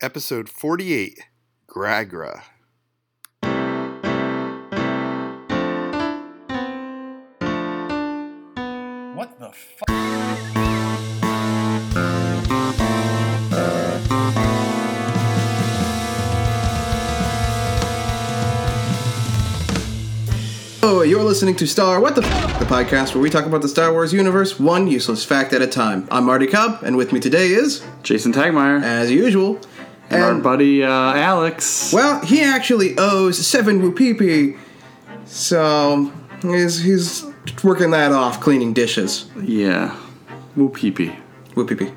episode 48 Gragra. What the fuck? Hello, Oh, you're listening to Star What the F- the podcast where we talk about the Star Wars universe one useless fact at a time. I'm Marty Cobb, and with me today is, Jason Tagmeyer. And, as usual, our and buddy uh, Alex. well, he actually owes seven whoopee, so he's he's working that off cleaning dishes. Yeah. Whoop pee pee. Whoopee.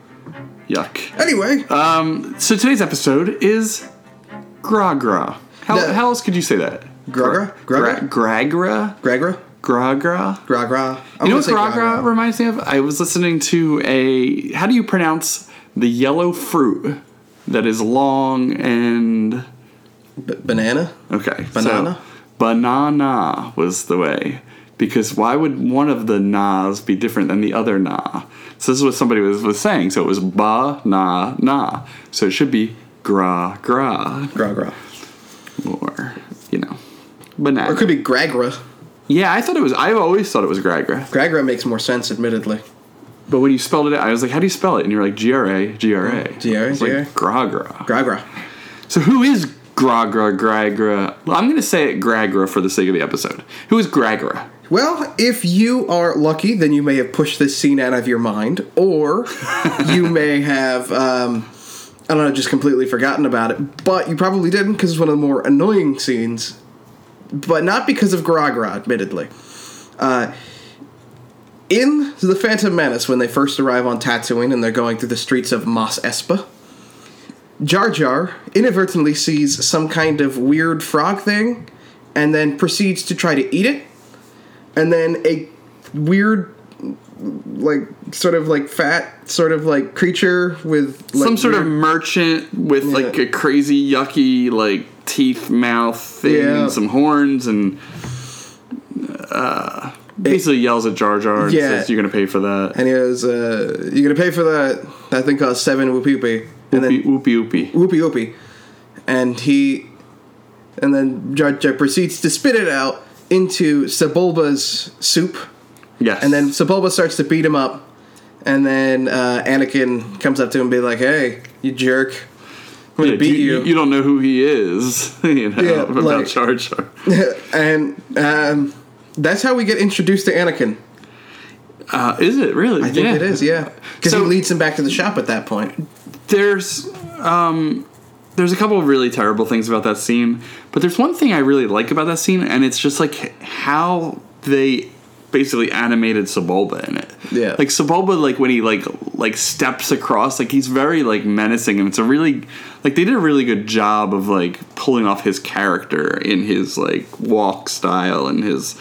Yuck. Anyway, Um, so today's episode is Gragra. How, The- how else could you say that? Gragra? Gra- Gragra? Gragra? Gragra, Gragra? Gragra. I'm You know gonna what say Gragra reminds me of? I was listening to a. How do you pronounce the yellow fruit that is long and. B- banana. Okay. so Banana? banana was the way. Because why would one of the nas be different than the other na? So this is what somebody was, was saying. So it was ba na na. So it should be gra gra Gragra. or you know banana. Or it could be Gragra. yeah, I thought it was. I've always thought it was gra gra. Gragra makes more sense, admittedly. But when you spelled it out, I was like, how do you spell it? And you're like G R A G R A G R A, It's like G R A. Gra gra. Gragra. So who is Gragra Gragra? Well, I'm gonna say it Gragra for the sake of the episode. Who is Gragra? Well, if you are lucky, then you may have pushed this scene out of your mind, or you may have, um, I don't know, just completely forgotten about it. But you probably didn't because it's one of the more annoying scenes, but not because of Gragra, admittedly. Uh, in The Phantom Menace, when they first arrive on Tatooine and they're going through the streets of Mos Espa, Jar Jar inadvertently sees some kind of weird frog thing and then proceeds to try to eat it and then a weird like sort of like fat sort of like creature with like, some sort of weird- merchant with like a crazy yucky like teeth mouth thing Yeah. and some horns and uh, basically yells at Jar Jar and Yeah. says you're gonna pay for that. and he goes uh, you're gonna pay for that that thing costs seven whoopee and Oopie then oopie oopie. whoopee whoopee and he and then Jar Jar proceeds to spit it out into Sebulba's soup Yes. and then Sebulba starts to beat him up and then uh, Anakin comes up to him and be like hey you jerk I'm gonna Yeah, beat you, you don't know who he is, you know, Yeah, about like- Jar Jar. and um, that's how we get introduced to Anakin. Uh, is it really? I think it is, yeah. Because So- he leads him back to the shop at that point. there's um there's a couple of really terrible things about that scene, but there's one thing I really like about that scene, and it's just like how they basically animated Sebulba in it. Yeah. like Sebulba, like when he like like steps across, like he's very like menacing, and it's a really like they did a really good job of like pulling off his character in his like walk style and his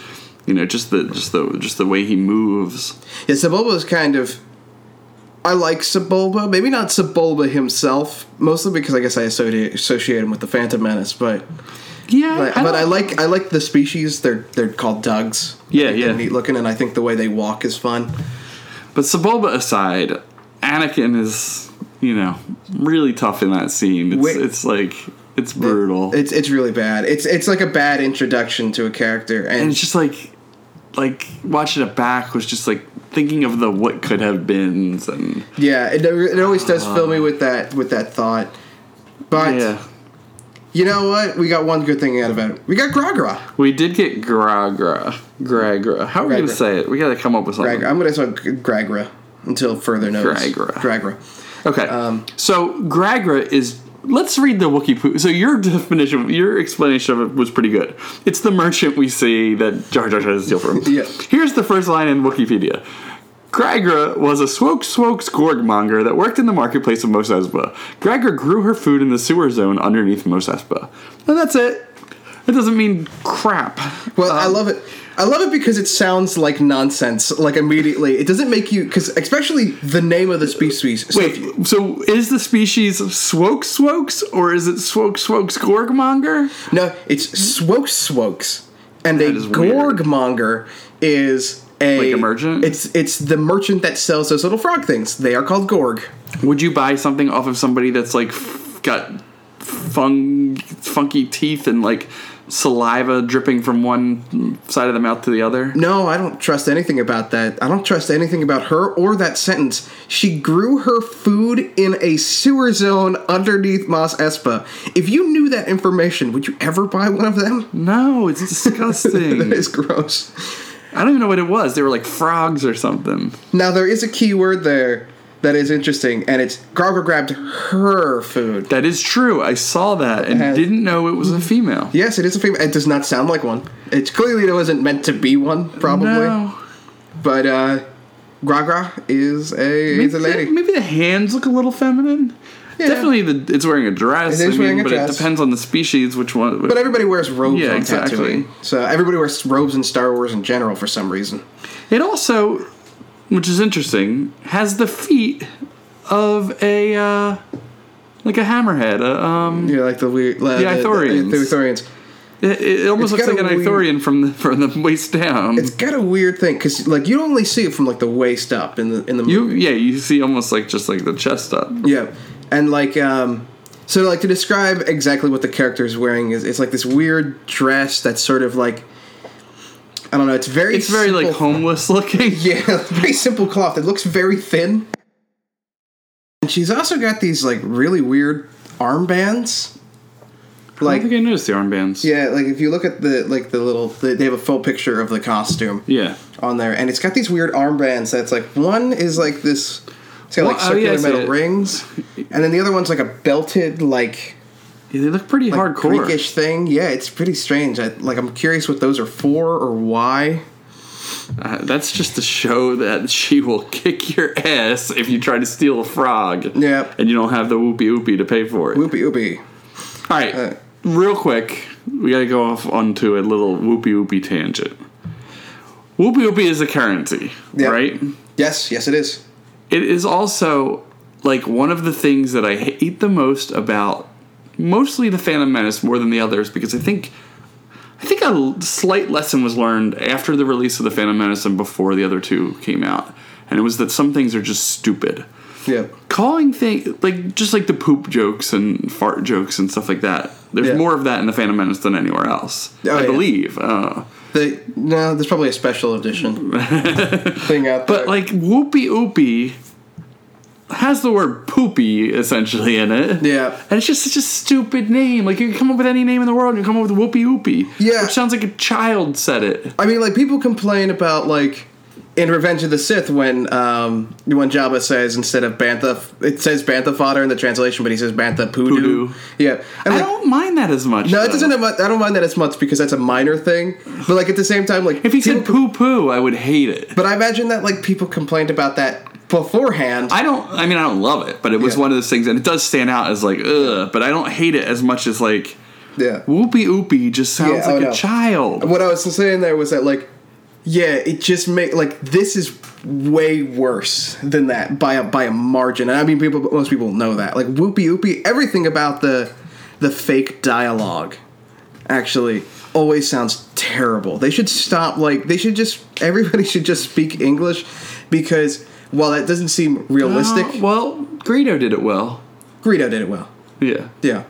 you know just the just the just the way he moves. Yeah, Sebulba is kind of. I like Sebulba, maybe not Sebulba himself, mostly because I guess I associate, associate him with the Phantom Menace. But Yeah, but, but I like I like the species. They're they're called Dugs. Yeah, I think they're yeah. Neat looking, and I think the way they walk is fun. But Sebulba aside, Anakin is, you know, really tough in that scene. It's, Wait. it's like it's brutal, It's it's really bad. It's it's like a bad introduction to a character, and and it's just like, like watching it back was just like thinking of the what could have beens and yeah, it, it always does fill me with that with that thought. But Ah. yeah. You know what? We got one good thing out of it. We got Gragra. We did get Gragra, Gragra. How are we gonna Gragra. say it? We gotta come up with something. Gragra. I'm going to say G- Gragra until further notice. Gragra. Gragra. Okay. Um, so Gragra is. Let's read the Wookiee poo. So your definition, your explanation of it was pretty good. It's the merchant we see that Jar Jar tries to steal from. Yeah. Here's the first line in Wikipedia. Gragra was a swoke swokes gorgmonger that worked in the marketplace of Mos Espa. Gragra grew her food in the sewer zone underneath Mos Espa. And that's it. It doesn't mean crap. Well, Um, I love it. I love it because it sounds like nonsense, like immediately. It doesn't make you, because especially the name of the species. So if you- Wait, so is the species swoke swokes or is it swoke swokes gorgmonger? no, it's Swokes Swokes. And a That is weird. Gorgmonger is a. Like a merchant? It's, it's the merchant that sells those little frog things. They are called Gorg. Would you buy something off of somebody that's like f- got fun, funky teeth and like saliva dripping from one side of the mouth to the other. No, I don't trust anything about that. I don't trust anything about her or that sentence. She grew her food in a sewer zone underneath Mos Espa. If you knew that information, would you ever buy one of them? No, it's disgusting. That is gross. I don't even know what it was. They were like frogs or something. Now there is a key word there that is interesting, and it's Gargo grabbed her food. That is true. I saw that and Uh, didn't know it was a female. Yes, it is a female. It does not sound like one. It's clearly it wasn't meant to be one, probably. No. But uh, Gragra is a is a lady. Maybe the hands look a little feminine. Yeah. Definitely, the, it's wearing a dress. I It is mean, wearing a but dress. it depends on the species, which one. But everybody wears robes Yeah, on exactly. Tatooine. So everybody wears robes in Star Wars in general for some reason. It also, which is interesting, has the feet of a uh, like a hammerhead. Uh, um, Yeah, like the weird uh, the, Ithorians. The, the Ithorians. it, it almost It's looks like got an a weird- Ithorian from the from the waist down. It's got a weird thing because like you only see it from like the waist up in the in the You yeah, you see almost like just like the chest up. Yeah, and like um, so like to describe exactly what the character is wearing is it's like this weird dress that's sort of like I don't know. It's very It's very like simple- homeless looking. Yeah, very simple cloth. It looks very thin. And she's also got these like really weird armbands. I Like don't think I noticed the armbands. yeah, like if you look at the like the little they have a full picture of the costume yeah. on there, and it's got these weird armbands. That's like one is like this, it's got like Well, oh, yeah, circular I see metal it. rings, and then the other one's like a belted like Yeah, they look pretty like hardcore. Greekish thing. Yeah, it's pretty strange. I, like I'm curious what those are for or why. Uh, that's just to show that she will kick your ass if you try to steal a frog. Yep. And you don't have the whoopee whoopee to pay for it. Whoopie whoopie. All right, real quick, we gotta go off onto a little whoopee whoopee tangent. Whoopee whoopee is a currency, Yeah. right? Yes, yes, it is. It is also like one of the things that I hate the most about mostly the Phantom Menace more than the others because I think I think a l- slight lesson was learned after the release of the Phantom Menace and before the other two came out, and it was that some things are just stupid Yeah. calling thing like just like the poop jokes and fart jokes and stuff like that. There's Yeah. more of that in the Phantom Menace than anywhere else, Oh, I yeah. believe. Uh, They, no, there's probably a special edition thing out there. but like whoopee oopie has the word poopy essentially in it. yeah, And it's just such a stupid name. Like you can come up with any name in the world, and you come up with whoopee oopie. Yeah. Which sounds like a child said it. I mean, like people complain about like in Revenge of the Sith when um when Jabba says instead of bantha, it says bantha fodder in the translation, but he says bantha poodoo. Poodoo. Yeah, and I like. don't mind that as much. no, it though. doesn't. Have, much- I don't mind that as much because that's a minor thing. But like at the same time, like If he said people- poo poo, I would hate it. but I imagine that like people complained about that beforehand. I don't. I mean, I don't love it, but it was Yeah. one of those things, and it does stand out as like, ugh. But I don't hate it as much as like yeah, whoopee oopie just sounds Yeah, oh, like a no. child. what I was saying there was that like, yeah, it just make like this is way worse than that by a by a margin. And I mean, people most people know that. Like whoopee whoopee, everything about the the fake dialogue actually always sounds terrible. They should stop. Like they should just everybody should just speak English because while that doesn't seem realistic, Uh, well, Greedo did it well. Greedo did it well. Yeah, Yeah,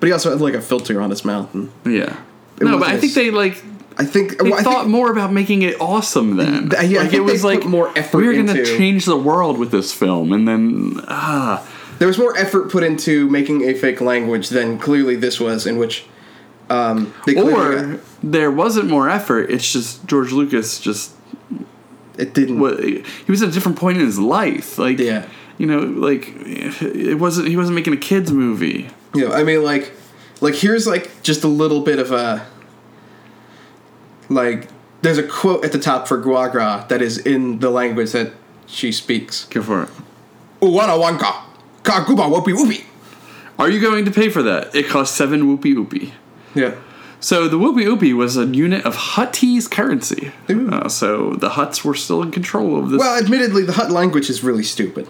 but he also had like a filter on his mouth. And yeah. no, but wasn't I think as- they like I think they well, I thought think- more about making it awesome then. Th- yeah, I like think it was they put like more effort We were gonna into- change the world with this film, and then ah, There was more effort put into making a fake language than clearly this was, in which um, they clearly or there wasn't more effort. It's just George Lucas just it didn't. what he was at a different point in his life. Like Yeah. you know, like it wasn't he wasn't making a kids movie. You know, I mean, like, like here's like just a little bit of a like. There's a quote at the top for Guagra that is in the language that she speaks. Go for it. Uwana wanka, kaguba whoopee whoopee. Are you going to pay for that? It costs seven whoopee whoopee. Yeah, So the whoopee whoopee was a unit of Huttese currency. Ooh. Uh, so the Huts were still in control of this. Well, admittedly, the Hut language is really stupid.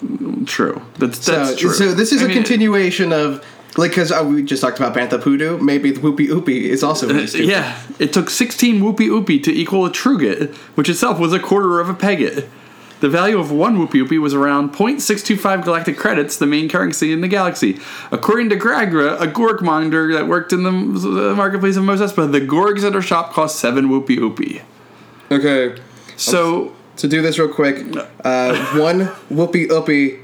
true. That's that's so, true. so this is a a continuation of like because we just talked about Bantha Poodoo. Maybe the Whoopee Oopie is also really stupid. Yeah, it took 16 whoopee whoopee to equal a trugget, which itself was a quarter of a peggit. The value of one Whoopie Whoopie was around 0.625 galactic credits, the main currency in the galaxy. According to Gragra, a Gorgmonger that worked in the uh, marketplace of Mos Espa, the Gorgs at her shop cost seven Whoopie Whoopie. Okay. So, To do this real quick, uh, one whoopee uppy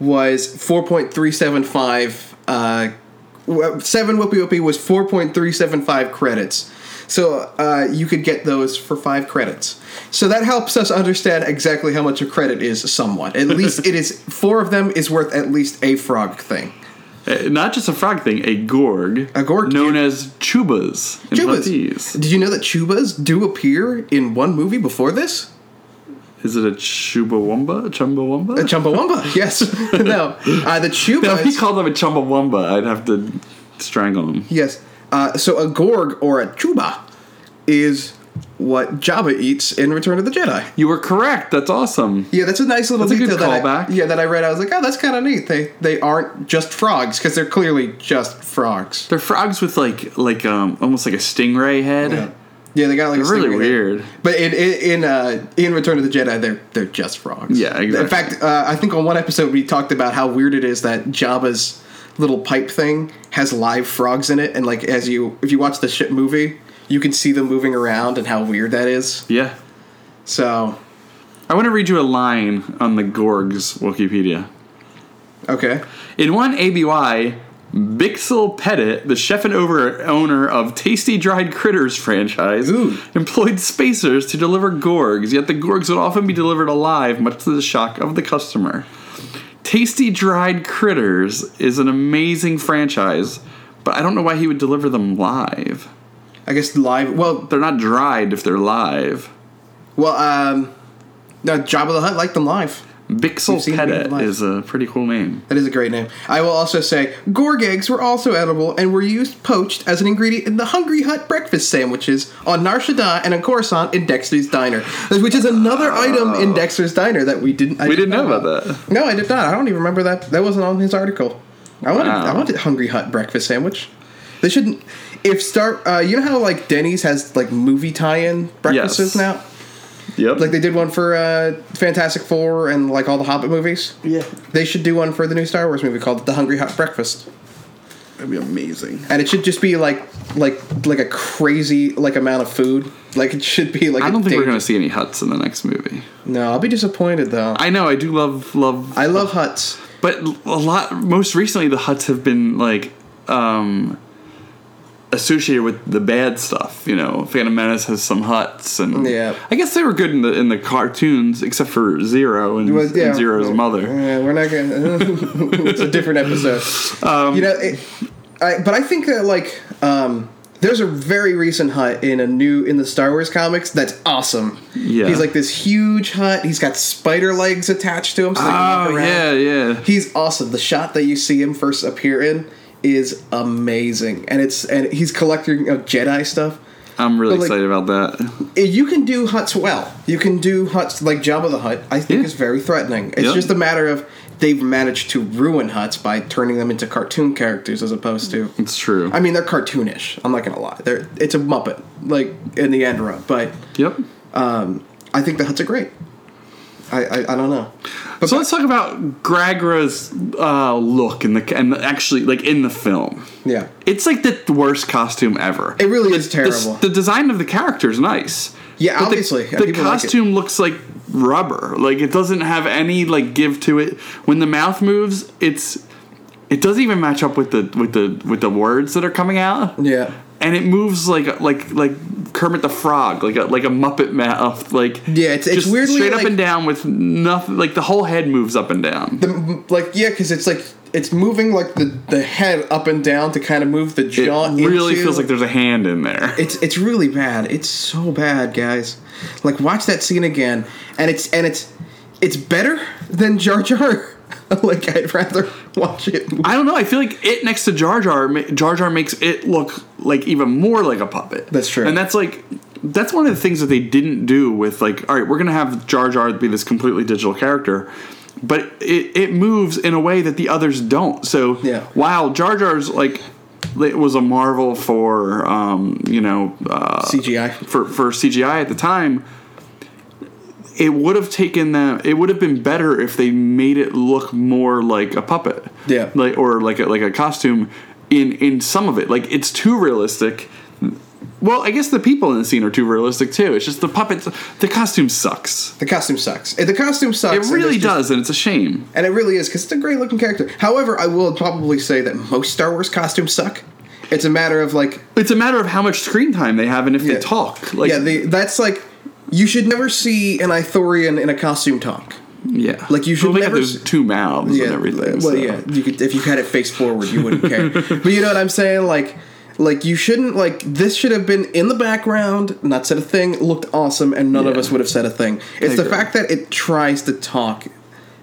was 4.375. Uh, w- seven whoopee uppy was 4.375 credits. So uh, you could get those for five credits. So that helps us understand exactly how much a credit is somewhat. At least it is, four of them is worth at least a frog thing. uh, not just a frog thing, a Gorg. A Gorg, Known as Chubas. In Chubas. Maltese. Did you know that Chubas do appear in one movie before this? Is it a Chubawamba? A Chumbawamba? A Chumbawamba, yes. no, uh, the Chubas. Now, if he called them a Chumbawamba, I'd have to strangle him. Yes. Uh, so a gorg or a chuba is what Jabba eats in Return of the Jedi. You were correct. That's awesome. Yeah, that's a nice little That's a good detail that I, callback. yeah that I read. I was like, oh, that's kind of neat. They they aren't just frogs because they're clearly just frogs. They're frogs with like like um almost like a stingray head. Yeah, yeah they got like a They're really stingray there. weird. But in in in, uh, in Return of the Jedi, they're they're just frogs. Yeah, exactly. In fact, uh, I think on one episode we talked about how weird it is that Jabba's little pipe thing has live frogs in it, and like as you if you watch the ship movie, you can see them moving around and how weird that is. Yeah. So I want to read you a line on the Gorgs Wikipedia. okay, In one ABY, Bixel Pettit, the chef and over owner of Tasty Dried Critters franchise, Ooh. employed spacers to deliver gorgs, yet the gorgs would often be delivered alive, much to the shock of the customer. Tasty Dried Critters is an amazing franchise, but I don't know why he would deliver them live. I guess live. Well, They're not dried if they're live. well, um, no, Jabba the Hutt liked them live. We've Bixel seen them Pettit live. is a pretty cool name. That is a great name. I will also say Gorg eggs were also edible and were used poached as an ingredient in the Hungry Hut breakfast sandwiches on Nar Shaddaa and on Coruscant in Dexter's Diner, which is another item in Dexter's Diner that we didn't. I Oh. We didn't know about that. No, I did not. I don't even remember that. That wasn't on his article. I wanted. Wow. I wanted Hungry Hut breakfast sandwich. They shouldn't. If Star, uh, you know how like Denny's has like movie tie-in breakfasts Yes. now. Yep. Like they did one for uh, Fantastic Four and like all the Hobbit movies. yeah. They should do one for the new Star Wars movie called The Hungry Hot Breakfast, That'd be amazing. and it should just be like like like a crazy like amount of food. Like it should be like I a don't think we're dang- gonna see any huts in the next movie. No, I'll be disappointed though. I, I know I do love love, love huts. but a lot. Most recently, the huts have been like um associated with the bad stuff. You know, Phantom Menace has some huts, and Yeah. I guess they were good in the in the cartoons, except for Zero and, Well, yeah. and Zero's mother. Yeah, we're not gonna. it's a different episode. Um, you know, it, I, but I think that like um, there's a very recent hut in a new in the Star Wars comics that's awesome. Yeah. he's like this huge hut. He's got spider legs attached to him. So they can walk Oh around. yeah, yeah. he's awesome. The shot that you see him first appear in is amazing, and it's and he's collecting of Jedi stuff. I'm really But, like- excited about that. Eh, You can do huts well. You can do huts like Jabba the Hutt. I think Yeah. is very threatening. It's Yeah. just a matter of they've managed to ruin huts by turning them into cartoon characters as opposed to. It's true. I mean, they're cartoonish. I'm not gonna lie. They're it's a Muppet like in the end run, but yep. I think the huts are great. I I, I don't know. But So let's talk about Gragra's uh, look in the and actually like in the film. yeah, It's like the worst costume ever. it really is The- terrible. The, design of the character is nice. Yeah, But the- obviously. Yeah, The, people like it. costume looks like rubber. Like it doesn't have any like give to it. When the mouth moves, it's it doesn't even match up with the with the with the words that are coming out. yeah, And it moves like like like Kermit the Frog, like a like a Muppet mouth, like Yeah, it's- it's just weirdly, straight up like- and down with nothing. Like the whole head moves up and down. the like yeah because it's like it's moving like the the head up and down to kind of move the it jaw really into- feels like there's a hand in there. it's it's really bad it's so bad guys like watch that scene again and it's and it's it's better than jar jar like i'd rather watch it I don't know. I feel like it next to Jar Jar, ma- Jar Jar makes it look like even more like a puppet. That's true. And that's like that's one of the things that they didn't do with like all right, we're gonna have Jar Jar be this completely digital character, but it it moves in a way that the others don't. So Yeah. while Jar Jar's like it was a marvel for um, you know uh, cgi for for CGI at the time. it would have taken them. It would have been better if they made it look more like a puppet. Yeah. Like or like a, like a costume. In in some of it, like it's too realistic. Well, I guess the people in the scene are too realistic too. It's just the puppets. The costume sucks. The costume sucks. The costume sucks. It and really there's just- does, and it's a shame. And it really is because it's a great looking character. However, I will probably say that most Star Wars costumes suck. It's a matter of like, It's a matter of how much screen time they have and if Yeah. they talk. Like yeah, the, that's like you should never see an Ithorian in a costume talk. Yeah. Like, you should well, they never have those s- two mouths Yeah, and everything. well, so. yeah, you could if you had it face forward, you wouldn't care. But you know what I'm saying? Like, like you shouldn't like this should have been in the background, not said a thing, looked awesome, and none of Yeah. us would have said a thing. It's the agree. fact that it tries to talk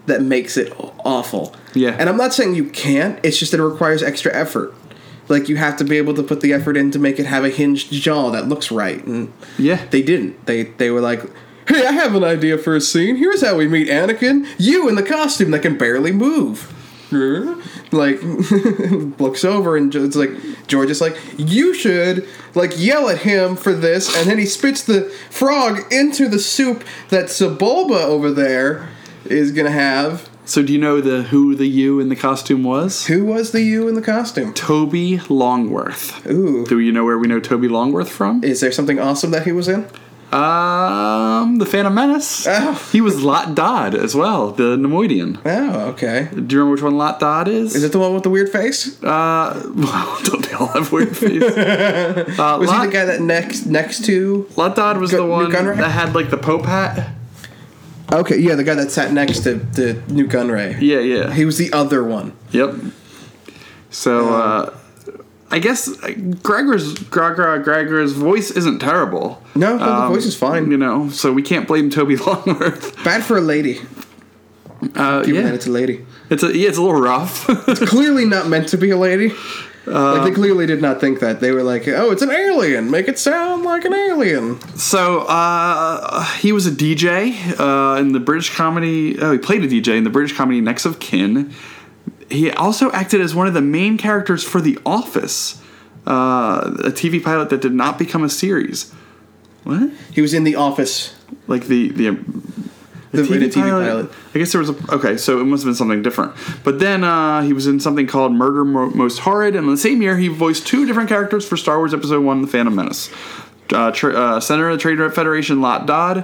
that makes it awful. Yeah. and I'm not saying you can't. It's just that it requires extra effort. Like you have to be able to put the effort in to make it have a hinged jaw that looks right, and Yeah. they didn't. They they were like, "Hey, I have an idea for a scene. Here's how we meet Anakin. You in the costume that can barely move." Like looks over and it's like George is like, "You should like yell at him for this," and then he spits the frog into the soup that Sebulba over there is gonna have. so do you know the who the you in the costume was? Who was the you in the costume? Toby Longworth. Ooh. Do you know where we know Toby Longworth from? Is there something awesome that he was in? Um, the Phantom Menace. Oh. He was Lot Dodd as well, the Nemoidian. Oh, okay. Do you remember which one Lot Dodd is? Is it the one with the weird face? uh, well, don't they all have weird faces? Uh, Was Lot, he the guy that next next to Lot Dodd was Gu- the one Newt Gunray? that had like the Pope hat. Okay, yeah, the guy that sat next to the new Gunray. Yeah, yeah. He was the other one. Yep. So uh, I guess uh, Gregor's Gregor Gregor's voice isn't terrible. Um, No, no, the voice is fine. You know, so we can't blame Toby Longworth. Bad for a lady. Uh, Yeah. yeah, it's a lady. it's a yeah, it's a little rough. Clearly not meant to be a lady. like they Um, clearly did not think that. They were like, "Oh, it's an alien. Make it sound like an alien." so uh, he was a DJ uh, in the British comedy. Oh, he played a DJ in the British comedy Next of Kin. He also acted as one of the main characters for The Office, uh, a TV pilot that did not become a series. What? He was in the office. like the the um, The, in a TV pilot. I guess there was a okay, so it must have been something different. But then uh, he was in something called Murder Mo- Most Horrid, and in the same year he voiced two different characters for Star Wars Episode One: The Phantom Menace. Uh, tra- uh, Senator of the Trade Federation Lot Dodd.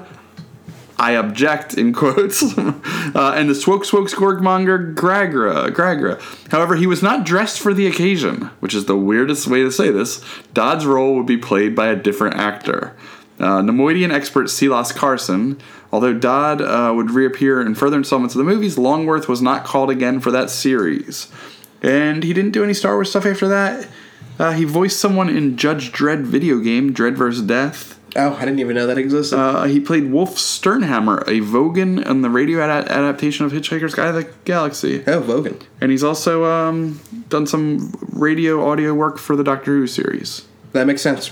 I object in quotes, uh, and the Swoke Swokes Gorgmonger Gragra Gragra. However, he was not dressed for the occasion, which is the weirdest way to say this. Dodd's role would be played by a different actor. Uh, Nemoidian expert Silas Carson. Although Dodd uh, would reappear in further installments of the movies, Longworth was not called again for that series, and he didn't do any Star Wars stuff after that. Uh, he voiced someone in Judge Dredd video game Dread vs. Death. Oh, I didn't even know that existed. Uh, he played Wolf Sternhammer, a Vogan in the radio ad- adaptation of Hitchhiker's Guide to the Galaxy. oh, Logan. And he's also um, done some radio audio work for the Doctor Who series. That makes sense.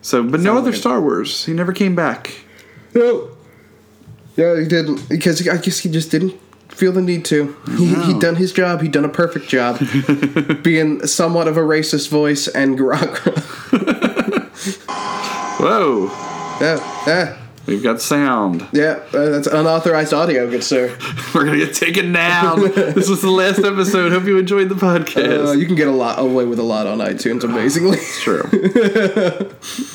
So, but no other like it. Star Wars. He never came back. Oh. No. No, he didn't because I guess he just didn't feel the need to. He he done his job. He done a perfect job, being somewhat of a racist voice and Garagra. Whoa, yeah, Oh, yeah, we've got sound. yeah. uh, that's unauthorized audio, good sir. We're gonna get taken down. this was the last episode. Hope you enjoyed the podcast. Uh, you can get a lot away with a lot on iTunes, amazingly. True.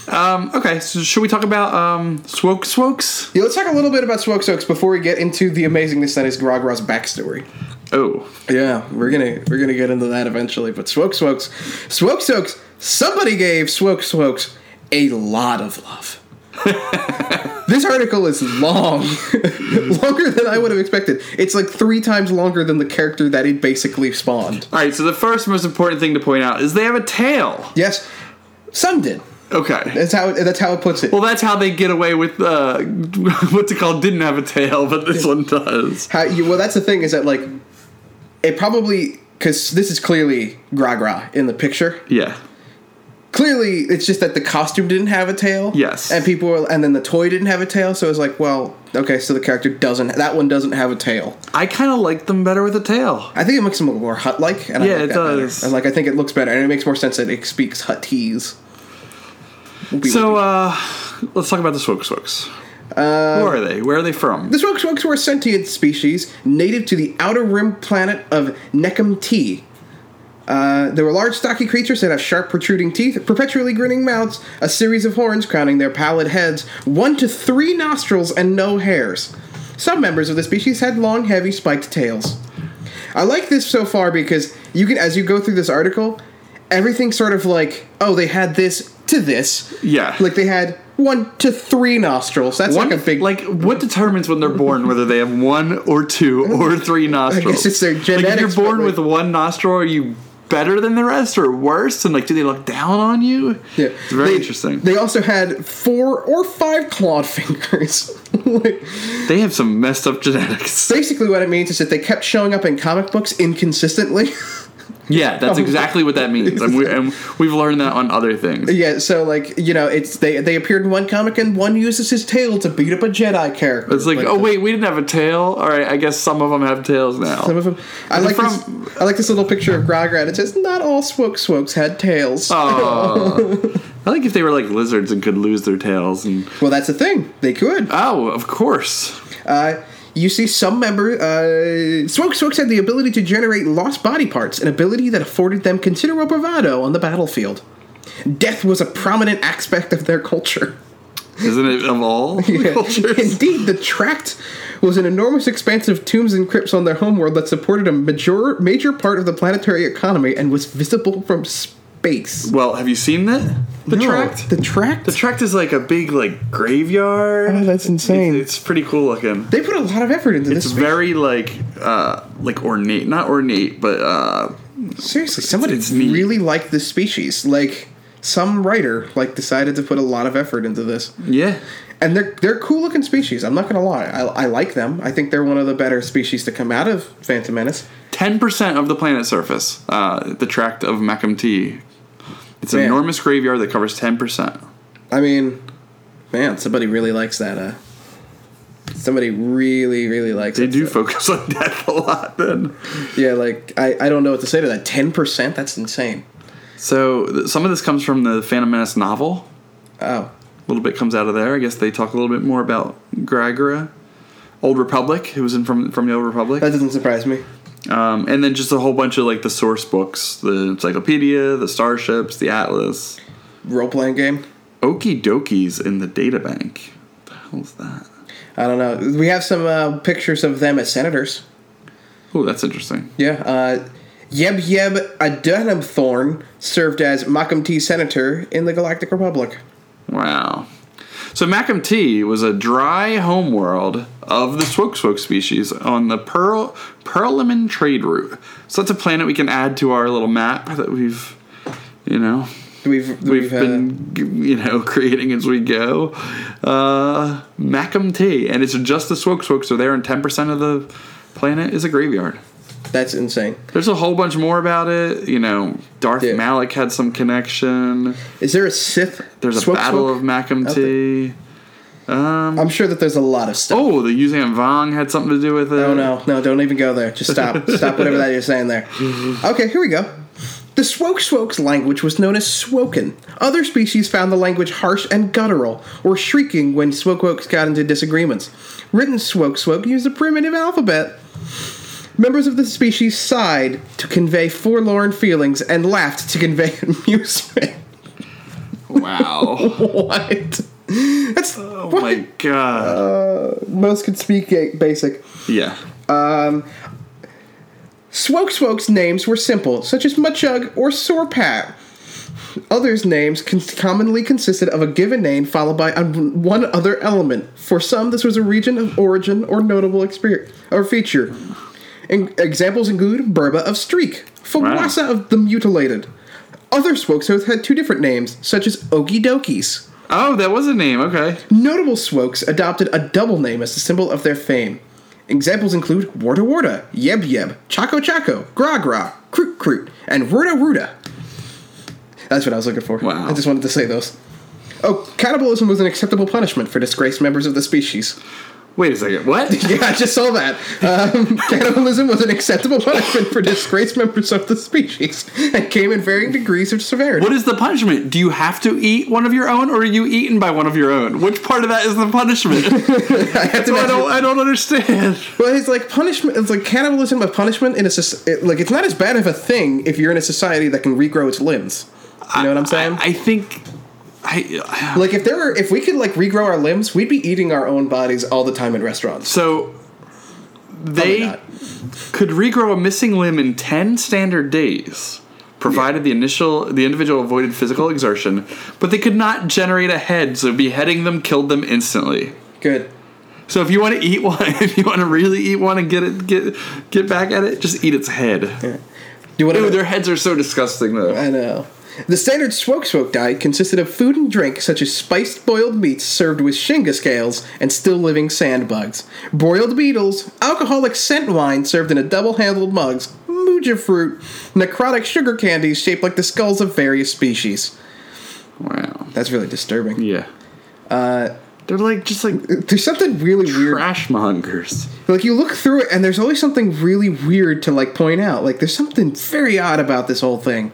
um, okay, so should we talk about um, Swoke Swokes? yeah, let's talk a little bit about Swoke Soaks before we get into the amazingness that is Gragra's backstory. Oh, Yeah, we're gonna we're gonna get into that eventually. But Swoke Swokes, Swoke Soaks, somebody gave Swoke Swokes a lot of love. this article is long, longer than I would have expected. It's like three times longer than the character that it basically spawned. all right. So the first most important thing to point out is they have a tail. Yes, some did. Okay. That's how that's how it puts it. Well, that's how they get away with uh, what's it called? Didn't have a tail, but this one does. How you, well, that's the thing is that like it probably because this is clearly Gragra in the picture. Yeah. Clearly, it's just that the costume didn't have a tail. Yes. and people were, and then the toy didn't have a tail, so it's like, well, okay, so the character doesn't that one doesn't have a tail. I kind of like them better with a tail. I think it makes them look more hut like. and Yeah, I like it that better. does. And like, I think it looks better, and it makes more sense that it speaks Huttese. So uh, let's talk about the Swooks Swooks. Who are they? Where are they from? The Smokesworks were a sentient species native to the outer rim planet of Necum T. Uh, they were large, stocky creatures that have sharp, protruding teeth, perpetually grinning mouths, a series of horns crowning their pallid heads, one to three nostrils, and no hairs. Some members of the species had long, heavy, spiked tails. I like this so far because you can, as you go through this article, everything's sort of like, oh, they had this to this. Yeah. Like they had one to three nostrils. That's One, like a big like what determines when they're born whether they have one or two or three nostrils? it's their Like, if genetics, you're born but, like- with one nostril, are you better than the rest or worse? And like, do they look down on you? Yeah, it's very They- interesting. They, They also had four or five clawed fingers. Like, have some messed up genetics. basically, what it means is that they kept showing up in comic books inconsistently. yeah, that's exactly what that means, and, we, and we've learned that on other things. yeah, so like you know, it's they they appeared in one comic and one uses his tail to beat up a Jedi character. It's like, oh wait, we didn't have a tail. All right, I guess some of them have tails now. Some of them. I like from- this. I like this little picture of Grograt. It says, "Not all swoke swokes had tails." Oh. I like if they were like lizards and could lose their tails. And Well, that's the thing. They could. oh, of course. Uh, you see, some member uh, Swoke Swokes had the ability to generate lost body parts, an ability that afforded them considerable bravado on the battlefield. Death was a prominent aspect of their culture. Isn't it of all cultures? Indeed, the tract was an enormous expanse of tombs and crypts on their homeworld that supported a major major part of the planetary economy and was visible from space. Well, have you seen that? The No, tract. The tract. The tract is like a big like graveyard. Oh, that's insane. It's, it's pretty cool looking. they put a lot of effort into It's this. very like uh like ornate, not ornate, but uh Seriously, somebody it's neat. really liked this species. Like some writer like decided to put a lot of effort into this, yeah. and they're they're cool looking species. I'm not gonna lie, I, I like them. I think they're one of the better species to come out of Phantom Menace. Ten percent of the planet surface. Uh, the tract of Mecum T. It's an Man. enormous graveyard that covers ten percent. I mean, man, somebody really likes that. Uh, somebody really really likes. They that do stuff. focus on death a lot then. Yeah, like I, I don't know what to say to that. Ten percent. That's insane. So th- some of this comes from the Phantom Menace novel. Oh, A little bit comes out of there. I guess they talk a little bit more about Gregora, Old Republic, who was in from from the Old Republic. that doesn't surprise me. Um, and then just a whole bunch of like the source books, the encyclopedia, the starships, the atlas, Role playing game. okie dokies in the data bank. What the hell's that? I don't know. We have some uh, pictures of them as senators. Oh, that's interesting. Yeah. Uh, Yeb Yeb Adenamthorn served as Malcolm T. Senator in the Galactic Republic. Wow. So Macum T was a dry homeworld of the Swoke Swoke species on the Pearl Perliman trade route. So that's a planet we can add to our little map that we've, you know, We've we've, we've uh, been you know creating as we go uh macum tea and it's just the swoke swokes are there and 10% of the planet is a graveyard that's insane. there's a whole bunch more about it you know darth Yeah. malik had some connection Is there a Sith? there's a Swoke battle Swoke? of macum tea I'm sure that there's a lot of stuff. oh the yuzan vong had something to do with it Oh no, no, don't even go there. Just stop. stop whatever that you're saying there. Okay, here we go. The Swoke Swoke's language was known as Swoken. Other species found the language harsh and guttural, or shrieking when Swoke Wokes got into disagreements. Written Swoke Swoke used a primitive alphabet. Members of the species sighed to convey forlorn feelings and laughed to convey amusement. wow what? That's oh what? my god Most could speak basic. yeah Swoke Swoke's names were simple, such as Machug or Sorpat. Others' names con- commonly consisted of a given name followed by a- one other element. For some, this was a region of origin or notable experience or feature. In- examples include Burba of Streak, Fawasa of the Mutilated. Other Swoke Swokes had two different names, such as Okie Dokies. oh that was a name okay Notable Swokes adopted a double name as the symbol of their fame. Examples include Warda Warda, Yeb Yeb, Chaco Chaco, Gra Gra, Kroot Kroot, and Ruda Ruda. That's what I was looking for. Wow. I just wanted to say those. Oh, cannibalism was an acceptable punishment for disgraced members of the species. Wait a second. What? Yeah, I just saw that. Um, cannibalism was an acceptable punishment for disgraced members of the species and came in varying degrees of severity. What is the punishment? Do you have to eat one of your own, or are you eaten by one of your own? Which part of that is the punishment? I have to I imagine- don't. I don't understand. Well, it's like punishment. It's like cannibalism of punishment in a soc- it, like. It's not as bad of a thing if you're in a society that can regrow its limbs. You know what I'm saying? I, I think. I like if there were, if we could like regrow our limbs, we'd be eating our own bodies all the time in restaurants. so they not. could regrow a missing limb in ten standard days, provided the initial the individual avoided physical exertion, but they could not generate a head, so beheading them killed them instantly. Good. So if you want to eat one, if you want to really eat one and get it get get back at it, just eat its head. You want Ew, to? their heads are so disgusting though. I know. The standard swoke swoke diet consisted of food and drink such as spiced boiled meats served with shinga scales and still living sand bugs, broiled beetles, alcoholic scent wine served in a double handled mugs, muja fruit, necrotic sugar candies shaped like the skulls of various species. Wow. That's really disturbing. Yeah. Uh, they're like just like There's something really weird. trash mongers. Like you look through it, and there's always something really weird to like point out. Like there's something very odd about this whole thing.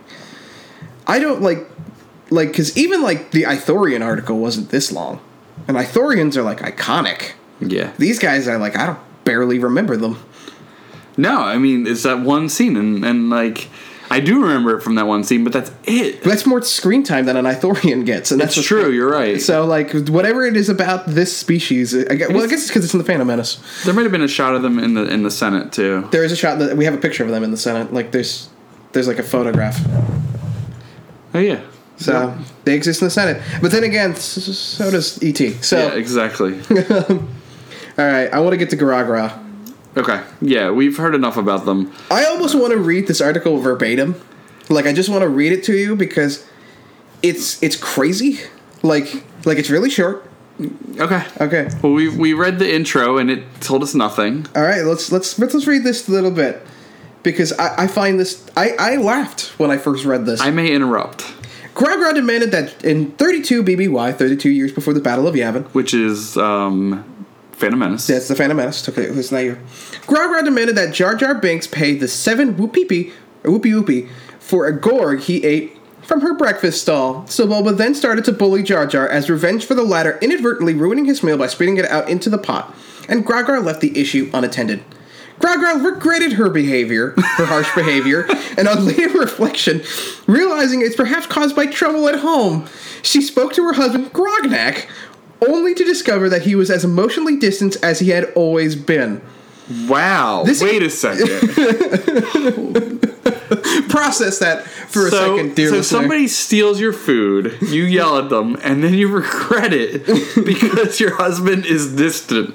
I don't like, like, because even like the Ithorian article wasn't this long, and Ithorians are like iconic. Yeah. These guys, I like, I don't barely remember them. No, I mean it's that one scene, and and like I do remember it from that one scene, but that's it. That's more screen time than an Ithorian gets, and that's That's what's- true. You're right. So like whatever it is about this species, I guess, well, I guess it's because it's in the Phantom Menace. there might have been a shot of them in the in the Senate too. There is a shot that we have a picture of them in the Senate. Like there's, there's like a photograph. Oh yeah. So they exist in the Senate. But then again, s- s- so does ET. So Yeah, exactly. all right, I want to get to Garagra. okay. Yeah, we've heard enough about them. I almost want to read this article verbatim. Like I just want to read it to you because it's it's crazy. Like like it's really short. Okay. Okay. Well, we we read the intro and it told us nothing. All right, let's let's let's, let's read this a little bit because I, I find this I, I laughed when I first read this. I may interrupt, Gragra demanded that in 32 BBY, 32 years before the Battle of Yavin, which is um, Phantom Menace. That's the Phantom Menace. Okay, it's not you. Grogra demanded that Jar Jar Binks pay the seven whoopee whoopee whoopee for a gorg he ate from her breakfast stall. So Bulba then started to bully Jar Jar as revenge for the latter inadvertently ruining his meal by spitting it out into the pot, and Grogra left the issue unattended. Grogra regretted her behavior, her harsh behavior, and on later reflection, realizing it's perhaps caused by trouble at home, she spoke to her husband Grognak, only to discover that he was as emotionally distant as he had always been. Wow. This- Wait a second. Process that for a so second, dear so listener. somebody steals your food, you yell at them, and then you regret it because your husband is distant.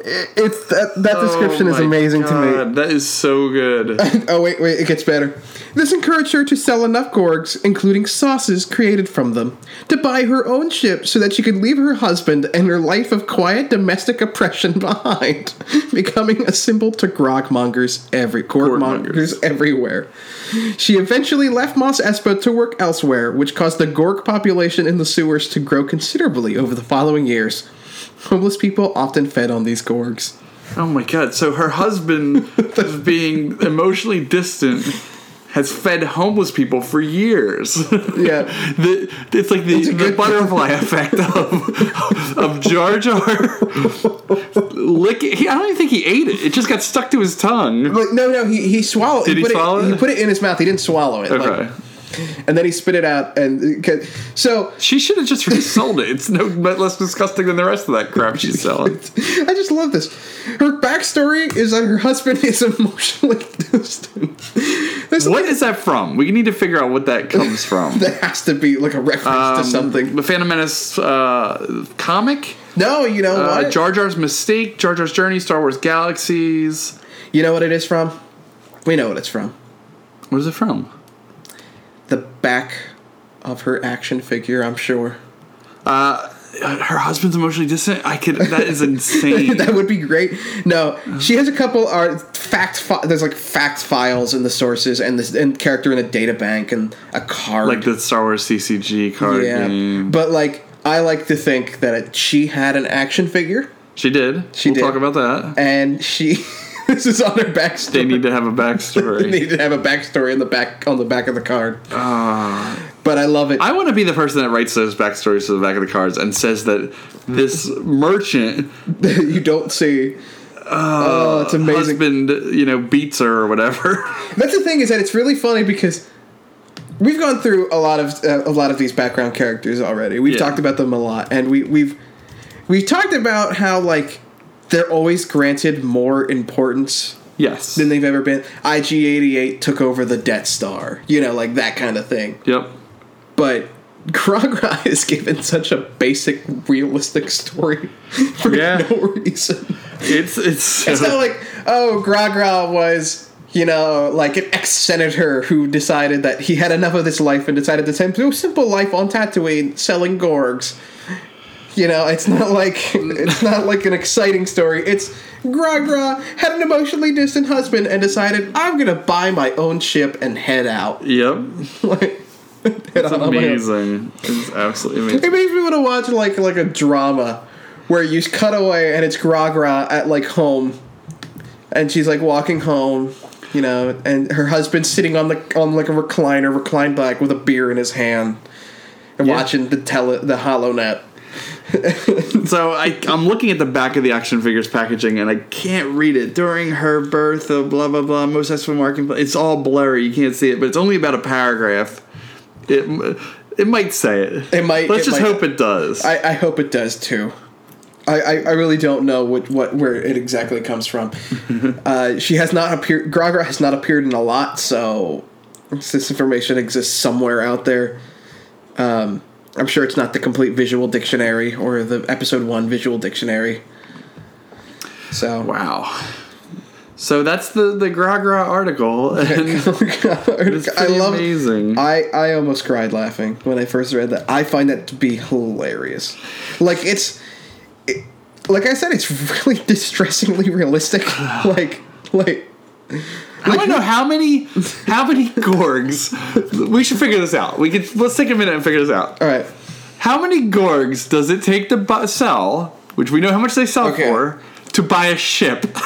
it's that, that description is Oh my amazing to me. God, That is so good. Oh wait, wait, it gets better. This encouraged her to sell enough gorgs, including sauces created from them, to buy her own ship so that she could leave her husband and her life of quiet domestic oppression behind, becoming a symbol to grogmongers every gorgmongers everywhere. She eventually left Mos Espa to work elsewhere, which caused the gorg population in the sewers to grow considerably over the following years. Homeless people often fed on these gorgs. Oh my god. So her husband is being emotionally distant. Has fed homeless people for years. Yeah. the, it's like the, the good- butterfly effect of of Jar Jar. Lick. He, I don't even think he ate it. It just got stuck to his tongue. Like no, no, he he swallowed. Did he put swallow it, it? He put it in his mouth. He didn't swallow it. like- Okay. and then he spit it out. And so She should have just resold it. It's no less disgusting than the rest of that crap she's selling. I just love this. Her backstory is that her husband is emotionally distant. There's What is that from? We need to figure out what that comes from. that has to be like a reference Um, to something. The Phantom Menace uh, comic. No, you know Uh, what? Jar Jar's Mistake, Jar Jar's Journey, Star Wars Galaxies. you know what it is from? We know what it's from. Where's it from? The back of her action figure. I'm sure Uh, Her husband's emotionally distant. I could. That is insane. that would be great. No, Uh-huh. she has a couple art fact. Fi- there's like fact files in the sources and this and character in a data bank and a card. like the Star Wars CCG card Yeah, game. but like I like to think that it, she had an action figure, She did. She we'll did. talk about that. and she this is on her backstory. They need to have a They backstory. need to have a backstory in the back on the back of the card. Ah. but I love it. I want to be the person that writes those backstories to the back of the cards and says that this merchant you don't see. Uh, oh, it's amazing. husband, you know, beats her or whatever. That's the thing is that it's really funny because we've gone through a lot of uh, a lot of these background characters already. We've Yeah. talked about them a lot, and we we've we've talked about how like they're always granted more importance yes. than they've ever been. IG88 took over the Death Star, you know, like that kind of thing. yep. But Gragra is given such a basic, realistic story for Yeah. no reason. It's it's It's not like, oh, Gragra was, you know, like an ex senator who decided that he had enough of this life and decided to tempt a simple life on Tatooine selling gorgs. You know, it's not like it's not like an exciting story. It's Gragra had an emotionally distant husband and decided I'm gonna buy my own ship and head out. yep. Like, head out on my own. Amazing. It's absolutely amazing. It makes me want to watch like like a drama where you cut away and it's Gragra at like home, and she's like walking home, you know, and her husband's sitting on the on like a recliner, reclined back with a beer in his hand, and Yeah. watching the tele the Hollow Net. So I I'm looking at the back of the action figures packaging and I can't read it. During her birth of blah blah blah, most successful marketing. It's all blurry. You can't see it, but it's only about a paragraph. It it might say it. It might- Let's it just might. hope it does. I, I hope it does too. I, I, I really don't know what, what where it exactly comes from. uh, she has not appeared. Gragra has not appeared in a lot, so this information exists somewhere out there. Um, I'm sure it's not the complete visual dictionary or the episode one visual dictionary. So wow. So that's the the Gragra article. And it's I pretty love. amazing. I I almost cried laughing when I first read that. I find that to be hilarious. Like it's, it, like I said, it's really distressingly realistic. like like I want to know how many how many gorgs. We should figure this out. We could let's take a minute and figure this out. all right. How many gorgs does it take to bu- sell, which we know how much they sell Okay. for, to buy a ship?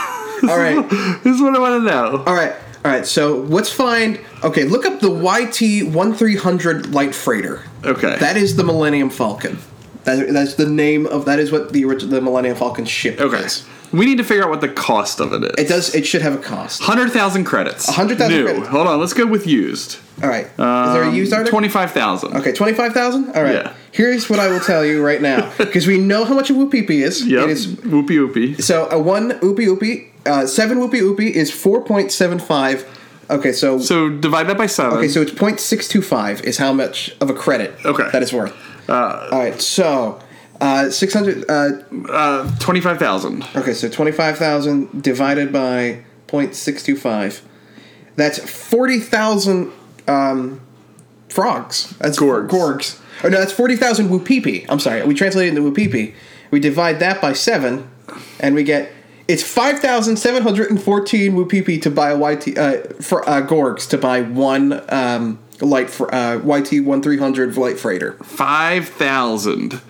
All right. this is what I want to know. All right. All right. So let's find. Okay, look up the YT one three hundred light freighter. Okay. That is the Millennium Falcon. That, that's the name of. That is what the original the Millennium Falcon ship. okay. is. We need to figure out what the cost of it is. It does. It should have a cost. Hundred thousand credits. 100,000 New. credits. Hold on. Let's go with used. All right. is Um, there a used article? Twenty-five thousand. Okay, twenty five thousand. All right. Yeah. Here's what I will tell you right now, because we know how much a whoopee is. Yep. It is Whoopie whoopie. so a one whoopee whoopee, uh, seven whoopee whoopee is four point seven five. Okay, so, So divide that by seven. okay, so it's point six two five is how much of a credit. Okay. That is worth. All right, so uh, six hundred. Uh, uh, twenty-five thousand. okay, so twenty five thousand divided by point six two five. That's forty thousand um, frogs. That's Gorgs. Gorgs. Oh no, that's forty thousand whoopee. I'm sorry. We translate it into whoopee. We divide that by seven, and we get it's five thousand seven hundred and fourteen whoopee to buy a YT uh, for uh, Gorgs to buy one um, light for uh, YT one three hundred light freighter. Five thousand.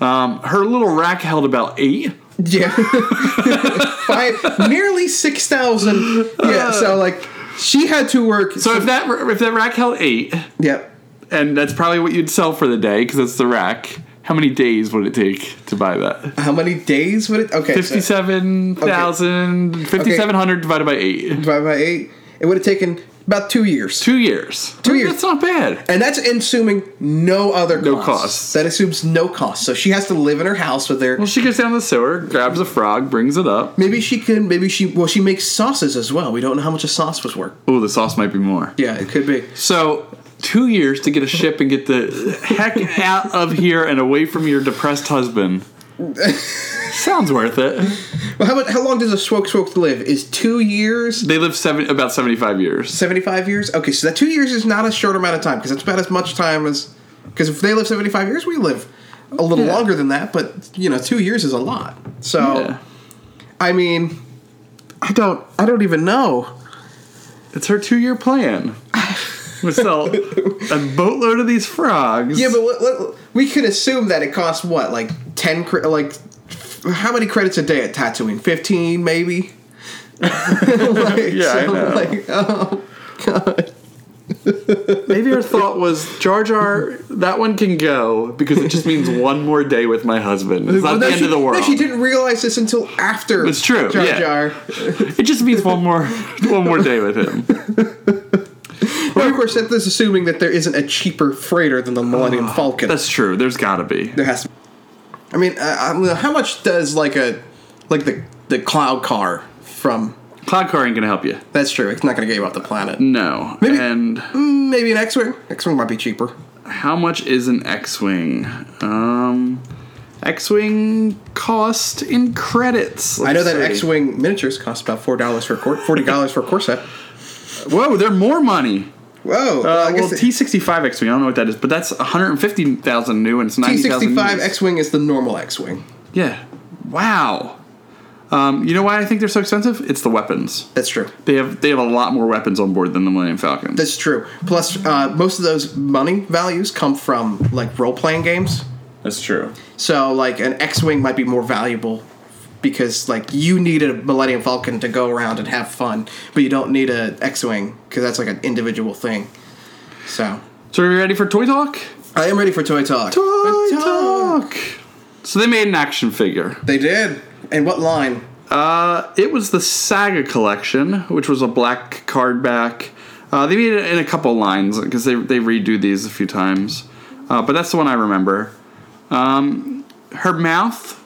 Um, her little rack held about eight. Yeah. By nearly 6,000. Yeah, so like she had to work. So if that if that rack held eight, Yep. and that's probably what you'd sell for the day because that's the rack. How many days would it take to buy that? How many days would it? Okay. so- Fifty-seven thousand, fifty-seven hundred divided by eight. divided by eight. It would have taken about two years. Two years. Two Well, years. That's not bad. And that's assuming no other costs. No costs. That assumes no costs. So she has to live in her house with her. Well, she goes down the sewer, grabs a frog, brings it up. Maybe she can. Maybe she. Well, she makes sauces as well. We don't know how much a sauce was worth. Ooh, the sauce might be more. Yeah, it could be. So. Two years to get a ship and get the heck out of here and away from your depressed husband. Sounds worth it. Well, how, about, how long does a swoke swoke live? Is two years? They live seven, about seventy-five years. 75 years? Okay, so that two years is not a short amount of time because that's about as much time as. Because if they live 75 years, we live a little Yeah. longer than that, but, you know, two years is a lot. So, Yeah. I mean, I don't, I don't even know. It's her two-year plan. We sell a boatload of these frogs. Yeah, but what, what, we could assume that it costs what, like ten, cre- like f- how many credits a day at tattooing? Fifteen, maybe. like, Yeah, I know. like, oh god, maybe our thought was Jar Jar. That one can go because it just means one more day with my husband. It's not Well, the no, end she, of the world. No, she didn't realize this until after. It's true, Jar yeah. Jar. It just means one more one more day with him. But of course, that's assuming that there isn't a cheaper freighter than the Millennium Falcon. Ah, That's true. There's got to be. There has to. Be. I mean, uh, I don't know, how much does like a like the the cloud car from? Cloud car ain't gonna help you. That's true. It's not going to get you off the planet. No. Maybe- And Mm, Maybe an X-wing. X-wing might be cheaper. how much is an X-wing? Um, X-wing cost in credits. I know let's that see. X-wing miniatures cost about four dollars for a cor- forty dollars for a corset. Uh, Whoa, they're more money. Whoa! Uh, I well, guess T sixty five X wing. I don't know what that is, but that's one hundred and fifty thousand new, and it's T ninety sixty thousand. five X-wing is the normal X-wing. Yeah. Wow. Um, you know why I think they're so expensive? It's the weapons. That's true. They have they have a lot more weapons on board than the Millennium Falcon. That's true. Plus, uh, most of those money values come from like role playing games. That's true. So like an X-wing might be more valuable because like you need a Millennium Falcon to go around and have fun, but you don't need a X-wing because that's like an individual thing. So So are you ready for toy talk? I am ready for toy talk. So they made an action figure. They did. And what line? Uh, it was the Saga collection, which was a black card back. Uh, they made it in a couple lines because they they redo these a few times, uh, but that's the one I remember. Um, her mouth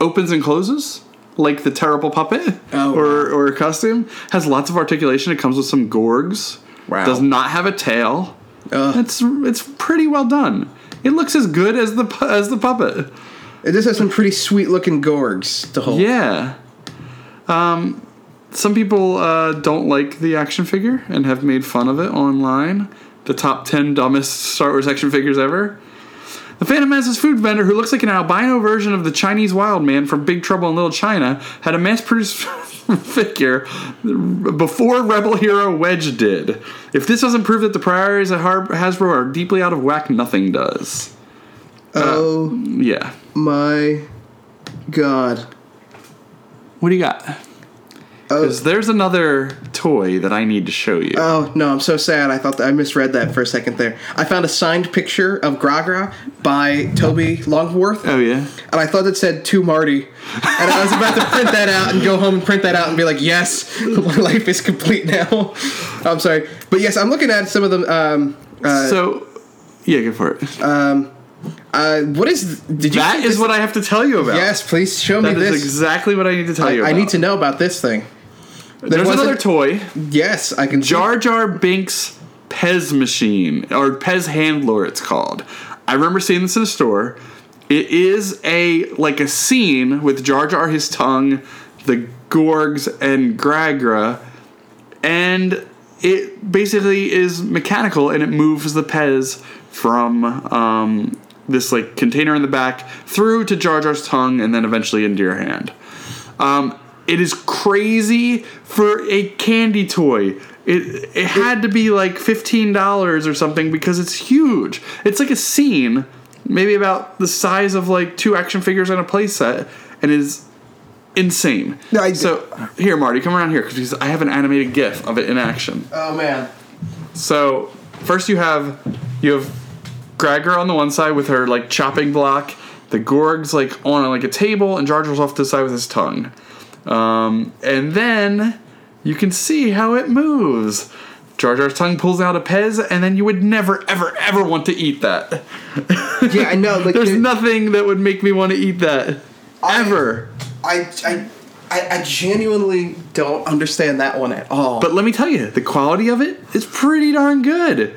opens and closes like the terrible puppet Oh, or or costume. Has lots of articulation. It comes with some gorgs. Wow. Does not have a tail. Ugh. It's it's pretty well done. It looks as good as the pu- as the puppet. It just has some pretty sweet looking gorgs to hold. Yeah. Um, some people uh, don't like the action figure and have made fun of it online. The top 10 dumbest Star Wars action figures ever. The Phantom Menace's food vendor, who looks like an albino version of the Chinese wild man from Big Trouble in Little China, had a mass produced figure before Rebel Hero Wedge did. If this doesn't prove that the priorities at Har- Hasbro are deeply out of whack, nothing does. Uh, Oh Yeah. my god. What do you Uh, got? Oh, Because there's another toy that I need to show you. oh no, I'm so sad. I thought that I misread that for a second there. I found a signed picture of Gragra by Toby Longworth, oh yeah. and I thought it said to Marty. And I was about to print that out and go home and print that out and be like, yes, my life is complete now. I'm sorry. But yes, I'm looking at some of them. Um, uh, so yeah, go for it. uh, what is. Did you. that see is this- what I have to tell you about. Yes, please show That me is this. exactly what I need to tell you. I About. need to know about this thing. There's wasn't- another toy, Yes, I can. see- Jar Jar Binks Pez machine or Pez handler. It's called. I remember seeing this in a store. It is a like a scene with Jar Jar, his tongue, the Gorgs, and Gragra, and it basically is mechanical and it moves the Pez from um, this like container in the back through to Jar Jar's tongue and then eventually into your hand. Um, it is crazy for a candy toy. It it had to be like fifteen dollars or something because it's huge. It's like a scene, maybe about the size of like two action figures on a playset, and is insane. No, I- so here, Marty, come around here because I have an animated GIF of it in action. Oh man. So first you have you have Gregor on the one side with her like chopping block, the Gorg's like on like a table, and Jar Jar's off to the side with his tongue. Um, and then you can see how it moves. Jar Jar's tongue pulls out a Pez, and then you would never, ever, ever want to eat that. Yeah, I know. Like, There's there- nothing that would make me want to eat that. Ever. I, I, I, I genuinely don't understand that one at all. But let me tell you, the quality of it is pretty darn good.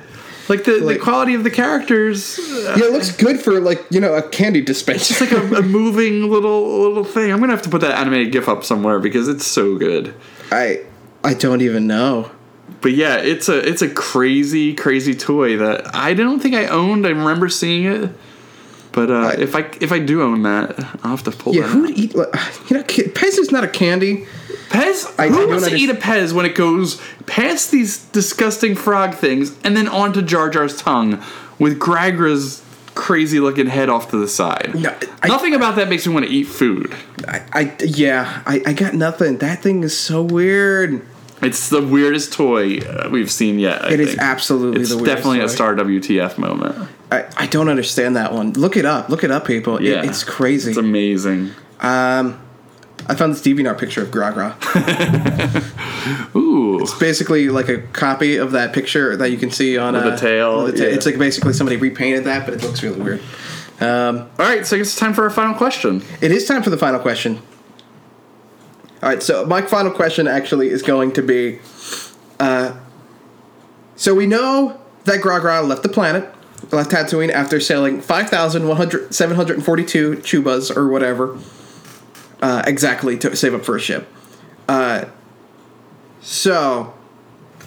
Like the, Like- the quality of the characters yeah, it looks good for like you know a candy dispenser. It's like a, a moving little little thing. I'm gonna have to put that animated GIF up somewhere because it's so good. I, I don't even know. But yeah, it's a it's a crazy crazy toy that I don't think I owned. I remember seeing it, but uh, I- if I if I do own that, I'll have to pull Yeah, that. who Out. would eat? Like, you know, ca- Pez is not a candy. Pez, I- I who don't wants to underst- eat a Pez when it goes past these disgusting frog things and then onto Jar Jar's tongue with Gragra's crazy looking head off to the side? No, I- Nothing about that makes me want to eat food. I, I yeah, I, I got nothing. That thing is so weird. It's the weirdest toy uh, we've seen yet. I It is think. absolutely It's the weirdest definitely toy. a star WTF moment. I, I don't understand that one. Look it up. Look it up, people. It- Yeah, it's crazy. It's amazing. I found this DeviantArt picture of Gragra. Ooh, It's basically like a copy of that picture that you can see on With uh, the tail, with the ta- yeah. It's like basically somebody repainted that, but it looks really weird. All right, so I guess it's time for our final question. It is time for the final question. All right, so my final question actually is going to be uh, so we know that Gragra left the planet, left Tatooine after selling 5,742 Chubas or whatever uh, exactly to save up for a ship. Uh, so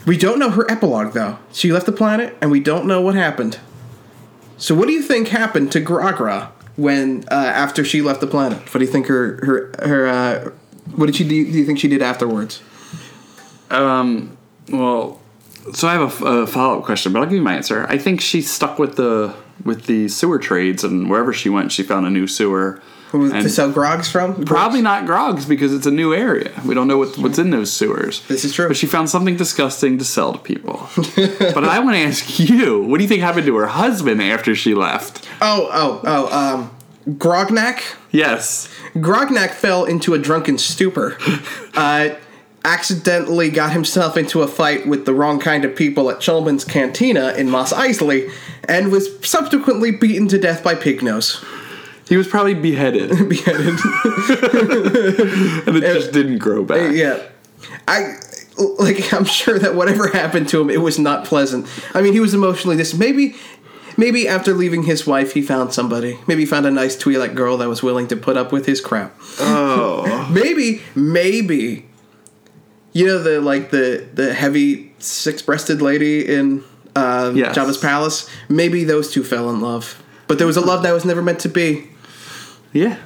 we don't know her epilogue though. She left the planet and we don't know what happened. So, what do you think happened to Gragra when uh, after she left the planet? What do you think her her her uh, what did she do? Do you think she did afterwards? Um, well, so I have a, follow up question, but I'll give you my answer. I think she stuck with the with the sewer trades, and wherever she went, she found a new sewer. Who And to sell grogs from? Probably not Grog's because it's a new area. We don't know what, what's in those sewers. This is true. But she found something disgusting to sell to people. but I want to ask you, what do you think happened to her husband after she left? Oh oh oh. Um, Grognak. Yes. Grognak fell into a drunken stupor. uh, accidentally got himself into a fight with the wrong kind of people at Chulman's Cantina in Moss Isley, and was subsequently beaten to death by pig nose. He was probably beheaded and Beheaded. it just didn't grow back. Yeah. I like I'm sure that whatever happened to him it was not pleasant. I mean, he was emotionally dis maybe maybe after leaving his wife he found somebody. Maybe he found a nice Twi'lek girl that was willing to put up with his crap. Oh. maybe maybe you know the like the the heavy six-breasted lady in uh Yes. Jabba's palace? Maybe those two fell in love. But there was a love that was never meant to be. Yeah.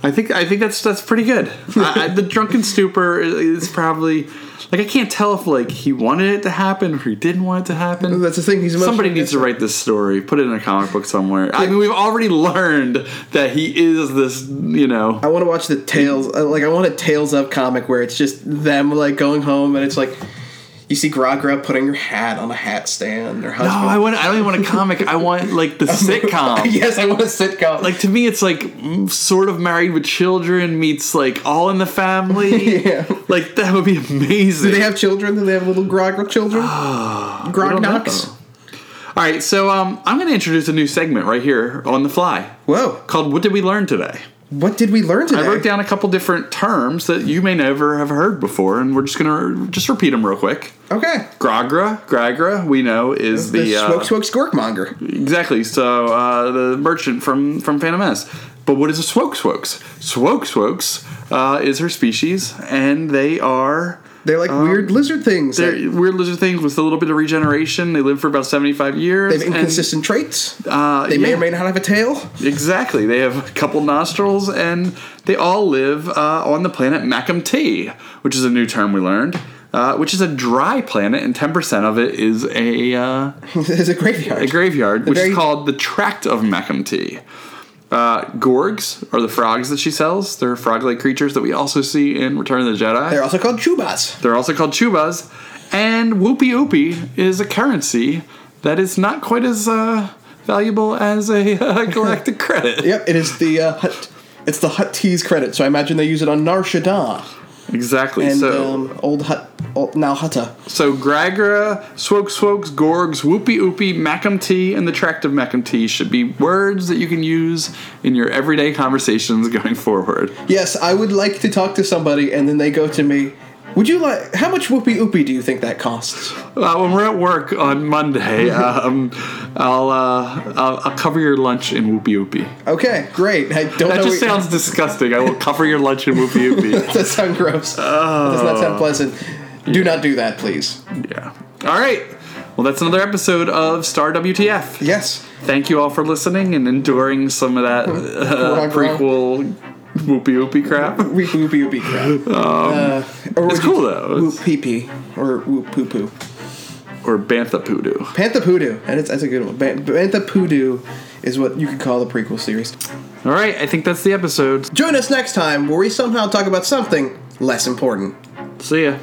I think I think that's that's pretty good. I, I, the drunken stupor is probably like I can't tell if like he wanted it to happen or he didn't want it to happen. That's the thing. He's emotionally Somebody needs to write this story, put it in a comic book somewhere. I mean, we've already learned that he is this, you know. I want to watch the tales, uh, like I want a tales of comic where it's just them like going home and it's like you see Gragra putting her hat on a hat stand. Her No, husband. I want. I don't even want a comic. I want like the sitcom. yes, I want a sitcom. Like to me, it's like mm, sort of married with children meets like all in the family. Yeah. Like that would be amazing. do they have children? Do they have little Gragra children? don't know, Grognocks. though. All right, so um, I'm going to introduce a new segment right here on the fly Whoa! called "What Did We Learn Today." What did we learn today? I wrote down a couple different terms that you may never have heard before, and we're just going to just repeat them real quick. Okay. Gragra, Gragra, we know is The, the, uh, smoke, smoke, skorkmonger. exactly. So uh, the merchant from from Phantom Menace. But what is a swoke swokes? Swoke swokes uh, is her species, and they are They're like weird lizard things. They um, they're weird lizard things with a little bit of regeneration. They live for about seventy five years. have and- inconsistent traits. Uh, they may yeah. or may not have a tail. Exactly. They have a couple nostrils, and they all live uh, on the planet Macum T, which is a new term we learned, uh, which is a dry planet, and 10% of it is a, uh, it's a graveyard. a graveyard, which very- is called the Tract of Macum T. Uh, gorgs are the frogs that she sells. They're frog like creatures that we also see in Return of the Jedi. They're also called chubas. They're also called chubas. And whoopee oopie is a currency that is not quite as uh, valuable as a uh, galactic credit. Yep, it is the uh, hut. It's the Hut Tease credit, so I imagine they use it on Nar Shaddaa. Exactly. and so, um, old hut old, now hutta so Gragra, Swoke Swokes, Gorgs, Whoopie Oopie, Macum Tea, and the Tract of Macum Tea should be words that you can use in your everyday conversations going forward. yes i would like to talk to somebody and then they go to me would you like how much whoopee oopie do you think that costs Uh, when we're at work on Monday, um, I'll, uh, I'll I'll cover your lunch in Whoopie Oopie. okay great i don't That know just what- sounds disgusting. I will cover your lunch in Whoopie Oopie. that sounds gross that does Oh. not sound pleasant do not do that please Yeah. All right. Well, that's another episode of Star WTF. yes Thank you all for listening and enduring some of that uh, Grog, grog. prequel whoopee whoopee crap. Whoop whoopy whoopy crap. uh, or would Um, it's you cool, say though. Whoop pee pee or whoop poo poo. Or bantha poodoo. Pantha Poodoo, and it's, that's a good one. Ban- Pantha Poodoo is what you could call the prequel series. All right, I think that's the episode. Join us next time where we somehow talk about something less important. See ya.